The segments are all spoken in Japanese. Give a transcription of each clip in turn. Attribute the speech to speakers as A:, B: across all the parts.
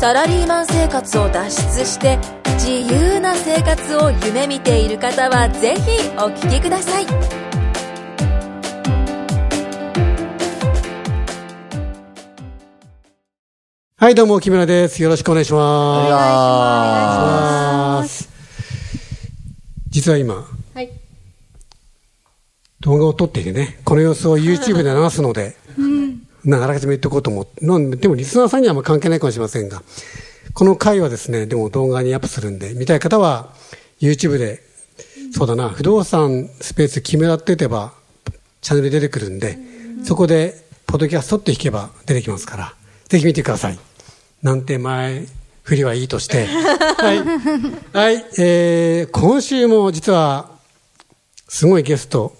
A: サラリーマン生活を脱出して自由な生活を夢見ている方はぜひお聞きください
B: はい、どうも、木村です。よろしくお願いします。実は今、
A: はい
B: 動画を撮っていてね、この様子を YouTube で流すので、なあらかじめ言っておこうと思って、なんででもリスナーさんにはあんま関係ないかもしれませんが、この回はですね、でも動画にアップするんで、見たい方は YouTube で、そうだな、不動産スペース木村って打てば、チャンネル出てくるんで、そこで、ポッドキャストって弾けば出てきますから、ぜひ見てください。なんて前、振りはいいと して。はい。はい、えー、今週も実は、すごいゲスト、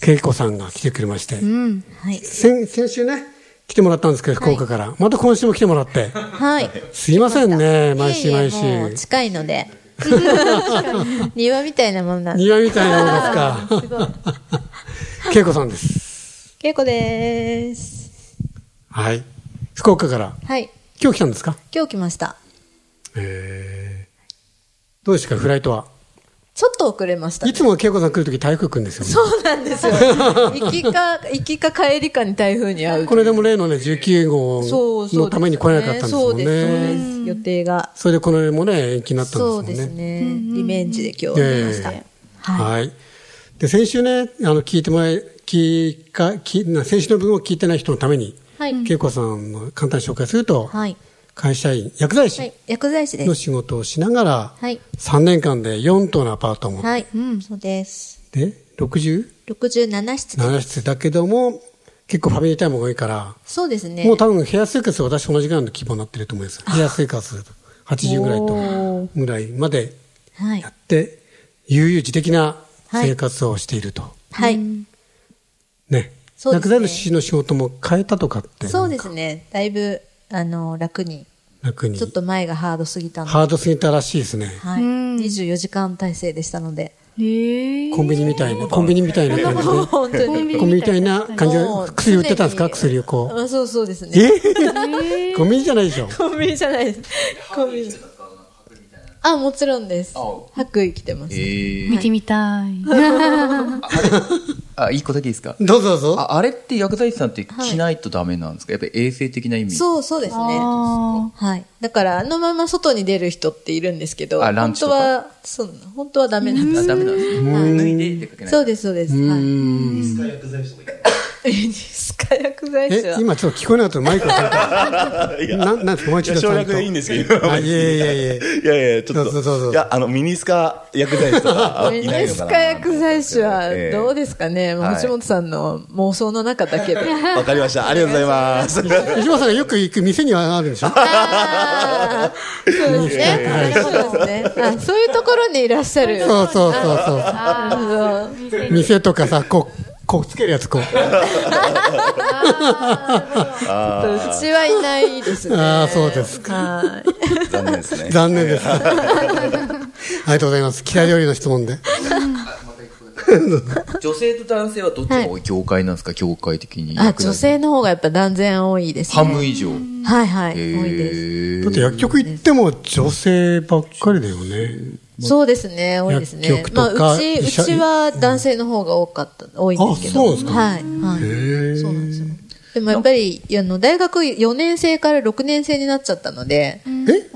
B: 恵子さんが来てくれまして、
C: うん、はい。
B: 先先週ね来てもらったんですけど福岡から、また今週も来てもらって
C: はい。
B: すいませんね毎週
C: いえ
B: 毎
C: いえ
B: 週
C: もう近いので。 庭みたいなもんなんで。
B: 庭みたいなもんですか恵子さんです
C: けいこでーす。
B: はい福岡から
C: はい。
B: 今日来たんですか
C: 今日来ました。
B: へえどうですかフライトは
C: ちょっと遅れました
B: い。つも恵子さん来るとき台風来るんですよ、ね、
C: そうなんですよ。行きか、行きか帰りかに台風に遭う。
B: これでも例のね19号
C: そうそう、
B: のために来れなかったんですもんね
C: そうです、そうです。予定が。
B: それでこのもね延期になったんです
C: そ
B: も
C: うんです
B: ね
C: ね。リベンジで今日
B: ええ
C: 来ました。はい。
B: はい。で、先週ね、あの、聞いてもらえ、聞か、聞な先週の分を聞いてない人のために、
C: はい
B: 恵子さんの簡単に紹介すると、
C: はい。
B: 会社員、薬剤
C: は
B: 師
C: い。薬剤師で
B: の
C: す。
B: 仕事をしながら、
C: はい
B: 3年間で4棟のアパートを持っ
C: はい。うん、そうです。
B: て、67
C: 67室で。
B: 室だけども、結構ファミリータイムが多いから、
C: そうですね。
B: もう多分部屋生活は私と同じぐらいの規模になってると思います。部屋生活80ぐらい
C: お
B: と、ぐらいまで
C: はい
B: や。って、悠々自適な生活をしていると。
C: はい。
B: ね。
C: そうですね
B: 薬剤師の仕事も変えたとかって、
C: そうですね。だいぶ、あの、楽に。
B: 楽に
C: ちょ。っと前がハードすぎたので。
B: ハードすぎたらしいですね。
C: はい。24時間体制でしたので。
D: へえ
B: コンビニみたいな、コンビニみたいな感じ
C: もう本当
D: コン
C: に。
D: ビ
B: で。コンビニみたいな感じで
C: もう
B: 薬売ってたんですか
C: 常に
B: 薬をこう。
C: あそうそうですね。
B: えコンビニじゃないでしょ。
C: コンビニじゃないです。コンビニ。あ、もちろんです。白衣着てます。
E: ええ
D: 見てみたい。
E: あ、一個だけいいですか
B: どうぞどうぞ。
E: ああれって薬剤師さんって着ないとダメなんですか、やっぱり衛生的な意味
C: そう、そうですね。
D: あ
C: はい。だから、あのまま外に出る人っているんですけど、
E: あラン
C: 本
E: チと
C: 当
E: か
C: は、そうなの、本当はダメなんで
E: あ
C: す。
E: ダメなんですね、脱いで出かけない
C: そうです、そうです。
B: う
C: はい。
B: ーん。
C: えニスカ薬剤師
B: え
C: は、。
B: 今ちょっと聞こえなかったのマイクがついた。ななんですかもう一度ちゃんと。
F: 省略でいいんですけど。
B: あいえいえいえ。
F: いやいや、ちょっ
B: ど
F: と。
B: うぞどうぞ
F: いや、あの、ミニスカ薬剤 師とか、い
C: ミ
F: ない
C: ネ
F: の
C: ス
F: かな。
C: カ薬剤師はどうですかね、まあ
F: はい
C: 橋本さんの妄想の中だけで。
F: すわかりました。ありがとうござ います。
B: 石本さんがよく行く店にはあるんでしょ
C: あーそうですね。そうですね。あ、そういうところにいらっしゃる。
B: そうそうそうそう。
C: あ
B: 店とかさ、こう、こうつけるやつこう。
C: のうちはいないですね。
B: ああ、そうですか。
C: は
F: 残念ですね。
B: 残念です。ありがとうございます。北料理の質問で。
E: 女性と男性はどっちが多い業界なんですか業界的に
C: い。あ、女性の方がやっぱ断然多いですね。
E: 半分以上
C: はいはい。
E: え
C: 多いです。
B: だって薬局行っても女性ばっかりだよね。
C: そうですね、多いですね
B: 薬局。と
C: ま
B: か
C: あ、うち、う
B: 医者
C: ちは男性の方が多かった、多いんですけど。
B: あそうですか
C: はい。はい。
B: へえ。
C: そうなんですよ。でもやっぱり、あの、大学4年生から6年生になっちゃったので、
B: え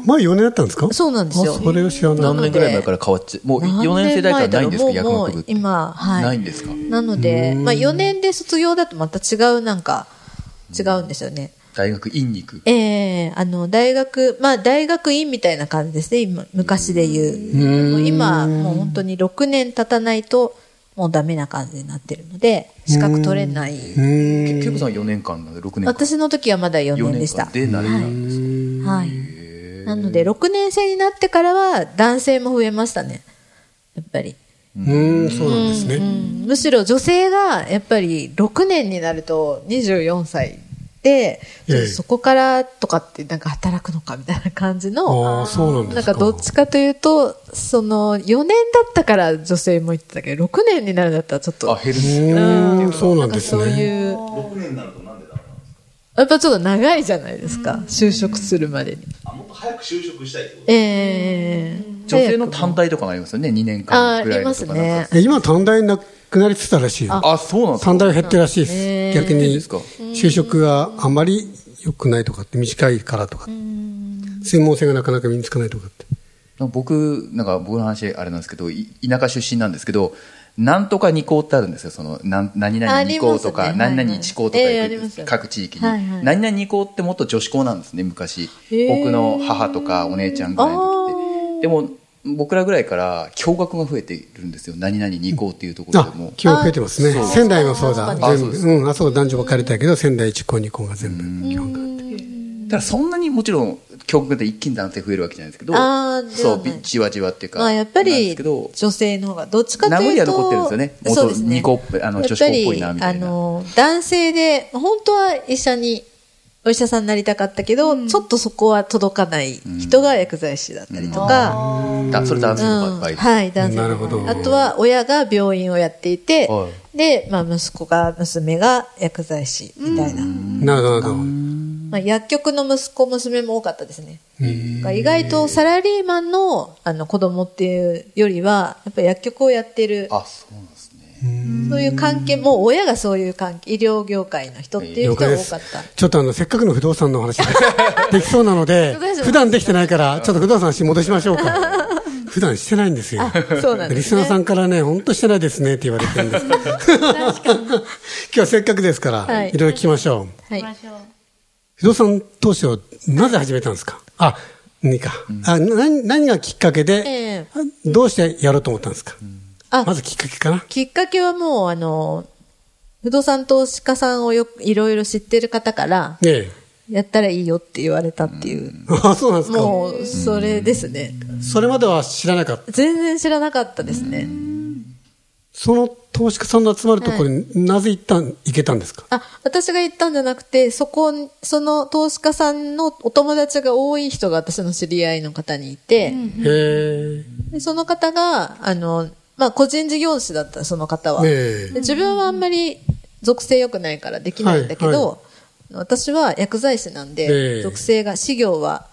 B: 前4年だったんですか
C: そうなんですよ
B: あそれを知らない。
E: 何年ぐらい前から変わっちゃうもう4年生代からないんですか
C: 何年前だろ
E: 薬
C: うもう
E: 学部って
C: もう今、はい。
E: ないんですか
C: なので、まあ4年で卒業だとまた違うなんか、違うんですよね。
E: 大学院に行く
C: ええあの、大学、まあ大学院みたいな感じですね、今、昔で言う。もう今、もう本当に6年経たないと、もうダメな感じになってるので、資格取れない。
E: 結局さん4年間なんで6年間
C: 私の時はまだ4
E: 四
C: 年でした。
E: 間で慣れたんです、
C: はい。なので、6年生になってからは、男性も増えましたね。やっぱり。
B: うん、そうなんですね。
C: うんむしろ女性がやっぱり6年になると24歳で、
B: ええ
C: そこからとかってなんか働くのかみたいな感じ
B: あ
C: の
B: あ、そうなん
C: な
B: で
C: ん
B: すか。
C: かどっちかというとその4年だったから女性も言ってたけど6年になるんだったらちょっと
E: あ、減る
B: う
E: ね。
B: ーん、そうな
C: なんん
B: で
C: か
B: す
C: そう
B: ね。
C: いうやっぱちょっと長いじゃないですか就職するまでにええ
E: 女性の短大とかがありますよね、2年
C: あ
E: 間
C: あ
E: ぐらい
C: り
E: の
C: ま
E: と
C: す
E: かなん
C: ね
E: か。
B: え今、短大なくなりつつあるらしいよ。
E: あ、そうなんですか
B: 短大減ってるらしいです。
C: へー
B: 逆
E: いい
B: に
E: ですか
B: 就職があまり良くないとかって、短いからとかって。専門性がなかなか身につかないとかって。
E: なんか僕、なんか僕の話あれなんですけど、い田舎出身なんですけど、なんとか二校ってあるんですよ。その、なん何々二校とか、
C: ありますね
E: 何々一校とか
C: はいはいええ
E: 行
C: あります
E: く
C: よ
E: 各地域に、
C: はいはい
E: 何々二校ってもっと女子校なんですね、昔。
C: へえ
E: 僕の母とかお姉ちゃんぐらいの時って。でも、僕らぐらいから驚愕が増えているんですよ。何々二校っていうところ
B: あ
E: でも、。
B: 今日増えてますね。仙台もそうだ。
E: 確か
B: 全部。
E: にあそうです
B: うん、あそこ男女ばっかりだけど、仙台1校、2校が全部、基本があって。
E: ただそんなにもちろん、教育で一気に男性増えるわけじゃないですけど、
C: あーで
E: そ、
C: はないう
E: びじわじわっていうか、
C: まあやっぱ
E: なんで
C: り
E: すけど、
C: 女性の方がどっちかというと
E: 名残は残ってるんですよね元
C: そうですね
E: 二個っぽいあの女子高っぽいなみた
C: やっぱり
E: いな
C: あの男性で本当は医者にお医者さんになりたかったけど、ちょっとそこは届かない人が薬剤師だったりとか、
E: だそれ男性の場合、
C: はい、男性
B: なるほど
C: あとは親が病院をやっていて、
E: は
C: で、まあ、息子が娘が薬剤師みたいな、
B: なるほど。
C: まあ、薬局の息子娘も多かったですね。意外とサラリーマンのあの子供っていうよりはやっぱり薬局をやってる
E: あ、そうなんですね。
C: そういう関係もう親がそういう関係医療業界の人っていう
B: 了
C: 人
B: 解
C: が
B: で
C: 多
B: す
C: かった。
B: ちょっとあの、せっかくの不動産のお話が できそうなので
C: 不動産の、話
B: 普段できてないから、ちょっと不動産の話戻しましょう か。普段してないんですよ。
C: そうなんですね
B: リスナーさんからね、本当してないですねって言われてるん です。今日はせっかくですから、
C: はい
B: い、ろいろ聞きましょう。
C: はい。
B: 不動産投資をなぜ始めたんですかあ、何か。あ何何がきっかけで
C: え、
B: どうしてやろうと思ったんですか、
C: あ
B: まずきっかけかな。
C: きっかけはもうあの、不動産投資家さんをよくいろいろ知ってる方から、
B: ええ。
C: やったらいいよって言われたっていう。
B: あ、そうなんですか。
C: もう、それですね。
B: それまでは知らなかった。
C: 全然知らなかったですね。
B: その投資家さんの集まるところになぜ行ったん、行けたんですか
C: あ、私が行ったんじゃなくて、そこ、その投資家さんのお友達が多い人が私の知り合いの方にいて、
B: へえ。
C: でその方が、あの、まあ、個人事業主だった、その方は。
B: え
C: で
B: え。
C: 自分はあんまり属性良くないからできないんだけど、
B: は
C: 私は薬剤師なん
B: え
C: で、
B: え
C: 属性が、事業は、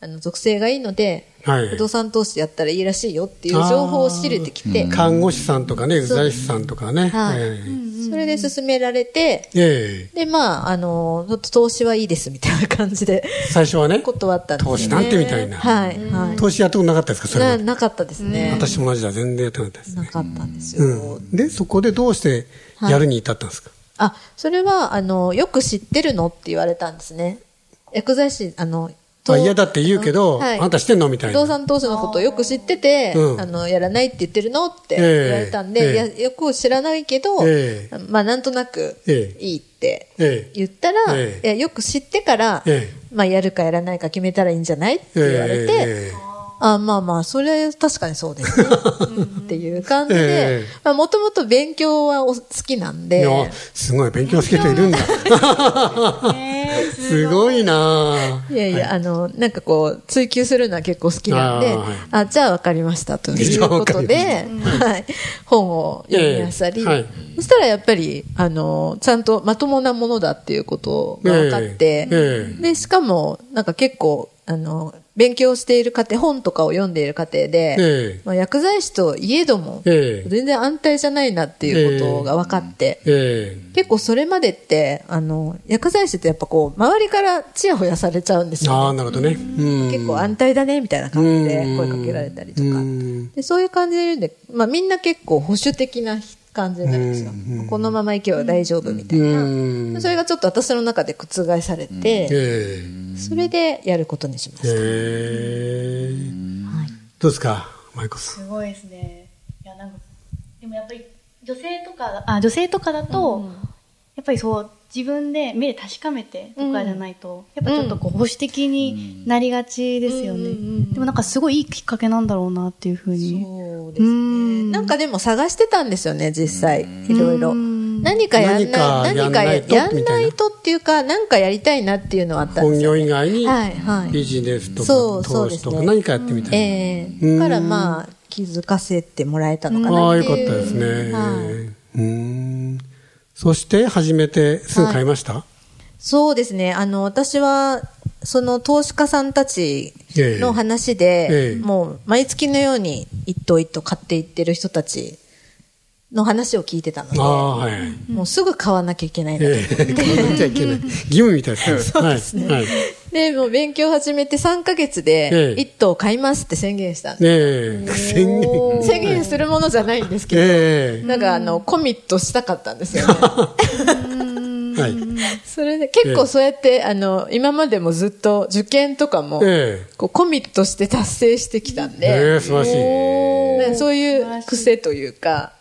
C: あの、属性がいいので、
B: はい
C: 不動産投資やったらいいらしいよっていう情報を仕入れてきて、
B: 看護師さんとかね、薬剤師さんとかね。
C: はい
B: え
C: それで勧められて、
B: ええ
C: で、まあ、あの、ちょっと投資はいいですみたいな感じで
B: え最初はね、
C: 断ったんですよ
B: 投
C: ね。
B: 資なんてみたいな。
C: はい、はい。
B: 投資やったことなかったですかそれま
C: な
B: で。
C: なかったですね。
B: 私も同じだ。全然やってなかったです
C: な
B: ね。
C: かったんですよ。
B: うん。で、そこでどうしてやるに至ったんですか、
C: あ、それは、あの、よく知ってるのって言われたんですね。薬剤師、あの、
B: あ嫌だって言うけど、
C: はい
B: あんたしてんのみたい
C: 不
B: な。
C: 動産投資のことをよく知ってて、
B: うん
C: あの、やらないって言ってるのって
B: ええ
C: 言われたんで、いや
B: え
C: よく知らないけど、
B: え
C: まあ、なんとなく
B: ええ
C: いいって
B: ええ
C: 言ったら、
B: え
C: いやよく知ってから、
B: え
C: まあ、やるかやらないか決めたらいいんじゃないって言われて、
B: ええ
C: あまあまあ、それは確かにそうです ね。っていう感じ
B: え
C: で
B: え、
C: まあもともと勉強はお好きなん
B: い
C: で、
B: や、すごい、勉強好きな人いるんだ。 すごいない
C: やいや、あの、なんかこう、追求するのは結構好きなんで、
B: あー
C: あ,、
B: はい
C: じゃあ分かりました、ということ
B: じゃ
C: で、はい、本を読みあさり、
B: ええはい
C: そしたらやっぱり、あの、ちゃんとまともなものだっていうことが分かっ
B: え
C: て、
B: え
C: で、しかも、なんか結構、あの、勉強している過程、本とかを読んでいる過程で、
B: ええ
C: まあ、薬剤師といえども、
B: ええ
C: 全然安泰じゃないなっていうことが分かって、
B: え
C: 結構それまでって、あの、薬剤師ってやっぱこう、周りからチヤホヤされちゃうんです
B: え
C: よ。
B: ああ、なるほどね。うん。
C: 結構安泰だね、みたいな感じで
B: うん
C: 声かけられたりと
B: う
C: か。
B: ん
C: で、そういう感じで言うんで、まあみんな結構保守的な感じになるんですよ。このまま行けば大丈夫みたいな。
B: うん。
C: それがちょっと私の中で覆されて、
B: ええ
C: それでやることにしました。
B: ええどうですか、舞子さん。
D: すごいですね。いやなんかでもやっぱり女性とかあ女性とかだと、やっぱりそう自分で目で確かめてとかじゃないと、やっぱちょっとこう保守的になりがちですよね。でもなんかすごいいいきっかけなんだろうなっていうふうに。
C: そうですね。なんなんかでも探してたんですよね、実際。いろいろ。何かやんない、
B: 何
C: 何
B: かやん
C: か
B: ないと
C: やんないとっていうか、何かやりたいなっていうのはあったんで
B: 本
C: す
B: 業
C: よ。
B: 以外に
C: はいはい
B: ビジネスと
C: そう
B: か
C: そ
B: 投
C: うで
B: 資
C: すね
B: とか何かやってみたいな。
C: ええだからまあ、気づかせてもらえたのか
B: ああ、
C: な
B: よ
C: って
B: かった
C: いう。
B: ですね
C: はい。
B: うん。そして始めてすぐ買いました
C: そうですね。あの、私は、その投資家さんたちの話で、
B: ええ
C: もう毎月のように一頭一頭買っていってる人たちの話を聞いてたので、
B: ああ、はい。
C: もうすぐ買わなきゃいけないなと
B: ええ、買わなきゃいけない。義務みたいですね。はい。はい。
C: で、もう勉強始めて3ヶ月
B: え
C: で
B: え
C: 一頭買いますって宣言したんです。
B: ええ、宣言。
C: 宣言するものじゃないんですけど、
B: え
C: なんかあの、コミットしたかったんですよね。
B: え、はい。
C: それで結構そうやって、あの、今までもずっと受験とかも、
B: ええ、
C: こうコミットして達成してきたんで、
B: ええ、素晴らしい。
C: なんかそういう癖というか、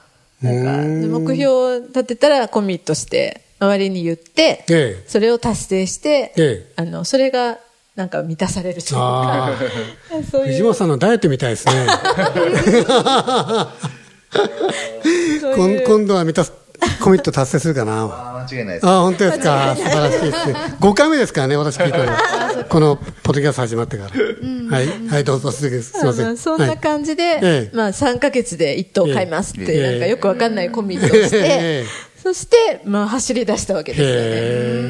C: なんかで目標を立てたらコミットして、周りに言って、
B: ええ
C: それを達成して、
B: ええ
C: あの、それがなんか満たされるというか、
B: あ
C: そ
B: あ、
C: うい
B: 藤
C: う、
B: 本さんのダイエットみたいですね。
C: そう
B: こ
C: い
B: ん
C: う
B: 今度は満たす、コミット達成するかな。
E: あー間違いないです。
B: あ、本当ですか。素晴らしいですね。5回目ですからね、私聞いております。このポッドキャスト始まってから。はい、はい、どうぞ、すぐ、すいませ
C: あ
B: ん。
C: のそんな感じで、
B: ええ
C: まあ3ヶ月で1頭買いますって、
B: ええ
C: なんかよくわかんないコミットをして、
B: ええ
C: そして、まあ走り出したわけ
B: じ
C: ですよね。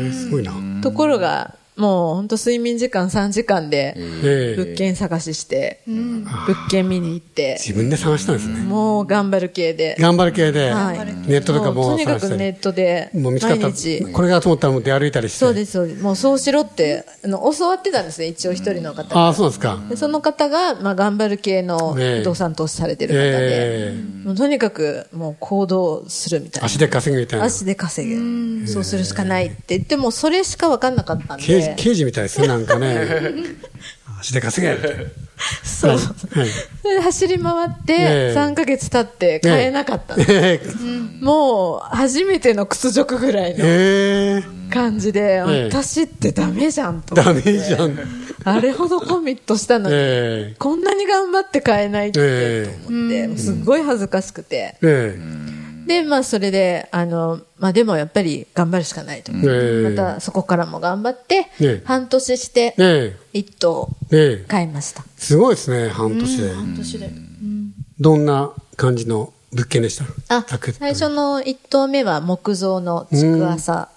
B: へえ、すごいな。
C: ところが、もう本当睡眠時間3時間で、
B: ええ
C: 物件探しして、物件見に行って、
B: 自分で探したんですね。
C: もう頑張る系で。
B: 頑張る系で、
C: はい
B: ネットとかも
C: もうとに
B: 探
C: か
B: し
C: く
B: た
C: ネ
B: り
C: ッ。トで、
B: もう見つかっ
C: 毎
B: た。
C: 日。
B: これがと思ったらもう出歩いたりして。
C: そうです、そうです。もうそうしろって、あの、教わってたんですね、一応一人の方
B: ああ、
C: が。
B: そうですか。
C: でその方が、まあ、頑張る系の
B: ええ
C: 不動産投資されてる方で、
B: ええ
C: もうとにかくもう行動するみたいな。
B: 足で稼ぐみたいな。
C: 足で稼ぐ。そうするしかないって言っても、それしか分かんなかったん
B: 刑事
C: で。
B: 刑事みたいですね、なんかね。 足で稼げみたいな
C: そう。
B: はい
C: それで走り回っ
B: ええ
C: て、3ヶ月経って買えなかったんです
B: え
C: もう、初めての屈辱ぐらい
B: え
C: の
B: ええ
C: 感じで、
B: ええ
C: 私ってダメじゃんと思っ
B: ダ
C: て。
B: メじゃん。
C: あれほどコミットしたのに、
B: ええ
C: こんなに頑張って買えないって
B: ええ
C: と思って、もうすっごい恥ずかしくて。
B: え
C: で、まあそれで、あの、まあでもやっぱり頑張るしかないと思って、
B: ええ
C: またそこからも頑張って、
B: え
C: 半年して
B: え、え
C: 一頭
B: えええ
C: 買いました。
B: すごいですね、半年で。
D: 半年で。
B: どんな感じの物件でした
C: あ
B: サクッ、と
C: 最初の一棟目は木造の築浅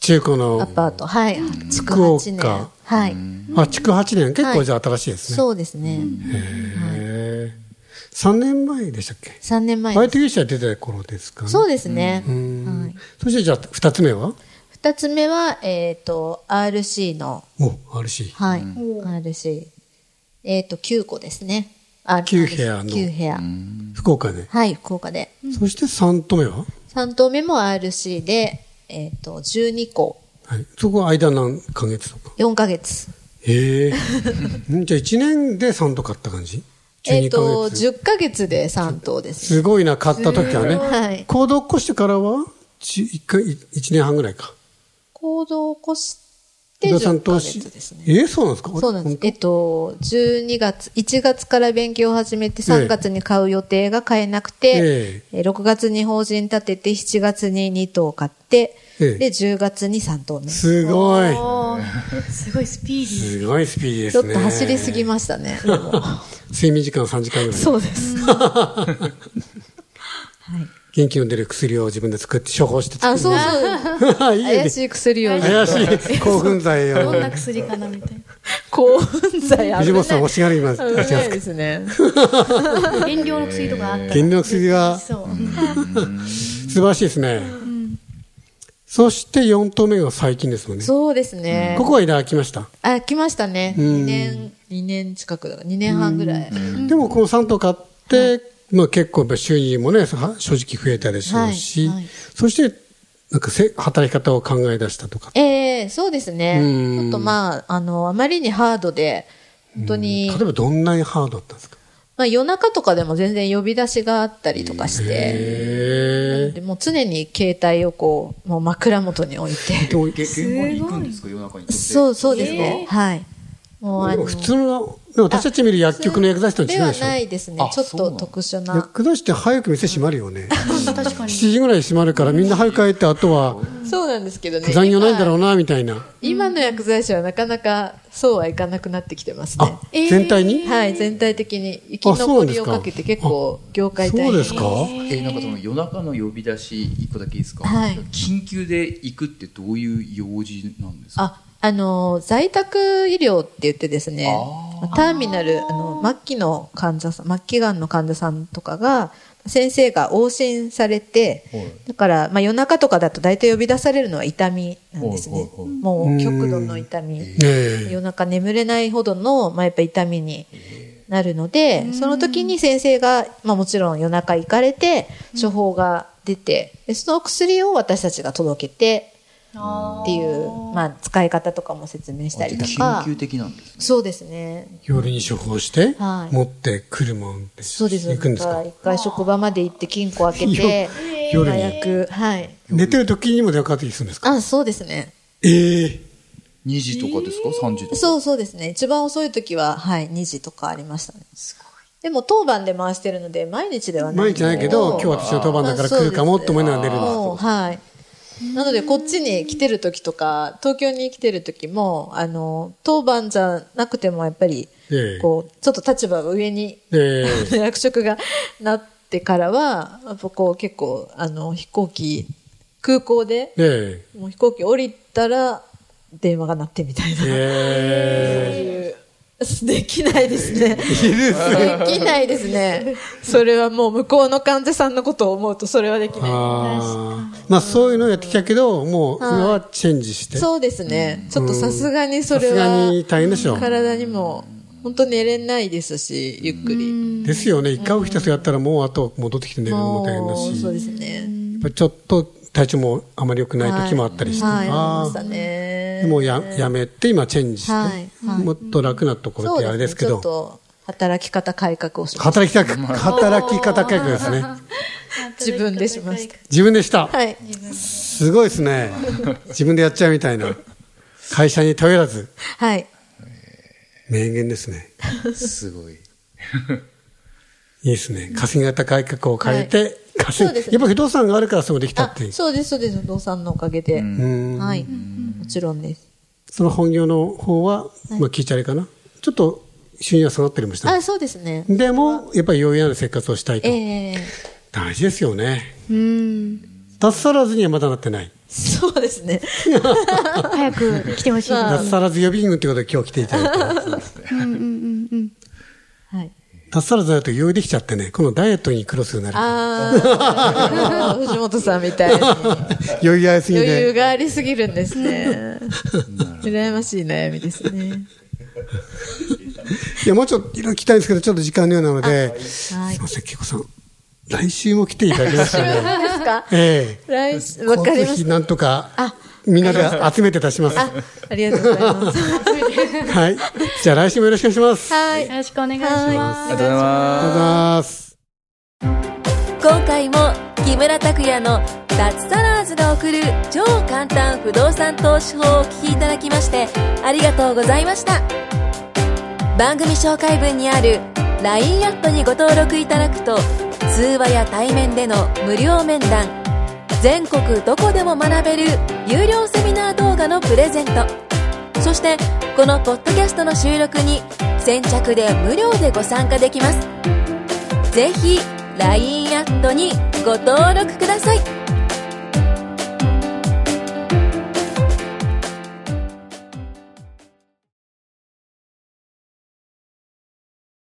B: 中古の
C: ア。パート。はい。築
B: 福岡
C: 8年。はい。
B: あ、築8年。結
C: は
B: 構
C: い
B: じゃあ新しいですね。
C: そうですね。
B: へえ3年前でしたっけ
C: 3年前
B: バイ
C: です
B: ト融資が出てた頃ですかね。
C: そう
B: で
C: ですね。はい
B: そしてじゃあ2つ目は
C: 二つ目は、えっ、と、RC の、
B: お、RC。
C: はい、RC。えっ、と、9個ですね。あ
B: 9部屋の
C: 9部屋。
B: 福岡で。
C: はい、福岡で。
B: そして3棟目は
C: 3棟目も RC で、えっ、と、12個、
B: はい。そこは間何ヶ月とか。
C: 4ヶ月。
B: へえ。んじゃあ1年で3と買った感じ
C: え
B: 12
C: っ、
B: ヶ
C: と、
B: 月
C: 10ヶ月で3棟ですね。
B: すごいな、買った時はね。
C: はい
B: 行動起こしてからは、ち一回、い一年半ぐらいか。
C: 行動を起こして
B: 不動産
C: 10ヶ
B: 投資
C: 月ですね。
B: えーそうなんですか
C: そうなんです。え
B: え
C: っと、12月、1月から勉強を始めて、3月に買う予定が買えなくて、え6月に法人立てて、7月に2頭買って、
B: ええ
C: で、10月に3頭目。ち
B: すごい。
D: おーすごいスピーディー。
B: すごいスピーディーで
C: ょ
B: す
C: っ
B: ね。
C: と走りすぎまし たね。でも
B: 睡眠時間3時間ぐらい。
C: そ うです。
B: 元気の出る薬を自分で作って、処方して作
C: あ、
B: る。
C: そうそ う。
B: う。家
C: 怪
B: で
C: し。い薬を。
B: 怪しい。興奮剤
D: ど
B: を
D: ん。な薬かなみ たい
C: 興奮剤あ
B: 藤
C: る
B: 本さん、欲しがります。
C: 危ないですね。
D: な。減量の薬とかあったら。
B: 減量の薬が
D: そう。
B: 素晴らしいですね。そして4頭目が最近ですもんね。
C: そうですね
B: こ。こはいただきました。
C: あ、来ましたね。2年、2年近くだから、2年半ぐらい。
B: でもこの3頭買って、まあ、結構やっぱ収入もねは正直増えたでしょうし、
C: はいはい
B: そしてなんかせ働き方を考え出したとか
C: ええそうですね。
B: うん
C: ちょっとまあ、あの、あまりにハードで、本当に
B: 例え、ばどんなにハードだったんですか
C: まあ夜中とかでも全然呼び出しがあったりとかして、
B: へ
C: でもう常に携帯をこう、もう枕元に置いて。
B: え
E: げ現場に行くんですか夜中に。
C: そう、そうですね。はい。もうあ
B: で
C: の
B: も普通の、でも私たち見る薬局の薬剤師と違
C: で
B: う
C: は
B: でしょ
C: ないですね
E: あ
C: ちょっ
E: そうな
C: と
E: の
C: 特殊な
B: 薬剤師って早く店閉まるよね。
D: 確かに。
B: 7時ぐらい閉まるからみんな早く帰って、あとは
C: そうなんですけどね
B: 残業ないんだろ
C: う
B: うな、みたいな。
C: 今の薬剤師はなかなかそうはいかなくなってきてますね
B: あ、全体に
C: はい全体的に生き残りをかけて結構業界大
B: そう
C: 変
B: ですか
E: えなんかその夜中の呼び出し一個だけいいですか、
C: はい
E: 緊急で行くってどういう用事なんですか
C: ああの在宅医療って言ってですねターミナルあの末期の患者さん末期がんの患者さんとかが先生が往診されて、だから、まあ、夜中とかだと大体呼び出されるのは痛みなんですね、もう極度の痛み、
B: ええ
C: 夜中眠れないほどの、まあ、やっぱ痛みになるので、その時に先生が、まあ、もちろん夜中行かれて処方が出てでその薬を私たちが届けて
D: あー
C: っていう、まあ、使い方とかも説明したりとか
E: 緊急的なんですね
C: そうですね
B: 夜に処方して、
C: はい
B: 持って車を運転
C: そうです
B: していくんです
C: な
B: か
C: んか一回職場まで行って金庫開けて
B: 夜に
C: 麻薬はい
B: 寝てる時にも電話かかってきてするんですか
C: あそうですね
B: ええ
E: 2時とかですか、3時とか
C: そうそうですね一番遅い時は、はい、2時とかありましたねでも当番で回してるので毎日ではない
B: 毎日ないけど、今日私の当番だから来るかもと思いながら寝るん
C: もう
B: だ。
C: はいなのでこっちに来てる時とか東京に来てる時もあの当番じゃなくてもやっぱり
B: ええ
C: こうちょっと立場が上に
B: ええ
C: 役職がなってからはやっぱこう結構あの飛行機空港で
B: え
C: もう飛行機降りたら電話が鳴ってみたいな、
B: ええ
C: できないですね。できないですね。 それはもう向こうの患者さんのことを思うとそれはでき
B: え
C: な
B: ああ。まあそういうのをやってきたけど、もう今はチェンジして。
C: い。そうですね。ちょっとさすがにそ
B: さ
C: れ
B: すが
C: は
B: に大変でしょ。
C: 体にも本当寝れないですし、ゆっくり。
B: ですよね。一回起きたとやったらもうあと戻ってきて寝るのも大変だ
C: もう
B: し。
C: そう
B: や
C: ですね。
B: っぱちょっと体調もあまり良くない時もあったりして。
C: はい、あり
B: あ
C: ました
B: あ。
C: ね。
B: もうややめて今チェンジして、
C: はいはい
B: もっと楽なところってあれですけ
C: そうねち
B: ど
C: ょっ。と働き方改革をしまし
B: 働きたく、働き方改革ですね。
C: 自分でしました
B: 自分でした。
C: た。はい。
B: すごいですね。自分でやっちゃうみたいな。会社に頼らず。
C: はい。
B: 名言ですね。
E: すごい
B: いいですね。稼ぎ方改革を変えて、稼
C: そうで
B: ぎ、
C: すね
B: やっぱ不動産があるからそれもできた
C: あ
B: ってい、う。
C: そうです、そうです。お父さんのおかげで。
B: うん
C: はい。もちろんです。
B: その本業の方は、まあ聞いちゃあれかな。ちょっと収入は下がったりもした
C: あ、
B: の。
C: そうですね。
B: でも、やっぱり余裕ある生活をしたいと。
C: ええ
B: 大事ですよね。
D: うん。
B: 脱サラずにはまだなってない。
C: そうですね。
D: 早く来てほしい。
C: まあ
B: 脱サラず予備軍ということで今日来ていただいて。
D: うんうんうんうん。
C: はい。
B: 脱サラずだと余裕できちゃってね、このダイエットに苦労するようになる。
C: ああ、 藤本さんみたいに
B: 余裕ありすぎ
C: 余裕
B: て。
C: がありすぎるんです ね。羨ましい悩みですね。
B: いや、もうちょっといろいろ聞きたいんですけど、ちょっと時間のようなので、す
C: はい
B: いません、恵子さん。来週も来ていただきま したね。
C: 何ですか
B: ええ
C: 来週、わか
B: 交
C: りま
B: 通費
C: した。
B: なんとか
C: あ、
B: みんなで集めて出します。
C: あ、ありがとうござい ます。
B: はい。じゃあ来週もよろしくお願いします。あり
C: はい
D: よ。ろしくお願いします。
E: がとうございます
B: がとうございます。
A: 今回も木村拓哉の脱サラーズが送る超簡単不動産投資法をお聞きいただきましてありがとうございました番組紹介文にある LINE アットにご登録いただくと通話や対面での無料面談全国どこでも学べる有料セミナー動画のプレゼントそしてこのポッドキャストの収録に先着で無料でご参加できますぜひ LINE アットにご登録ください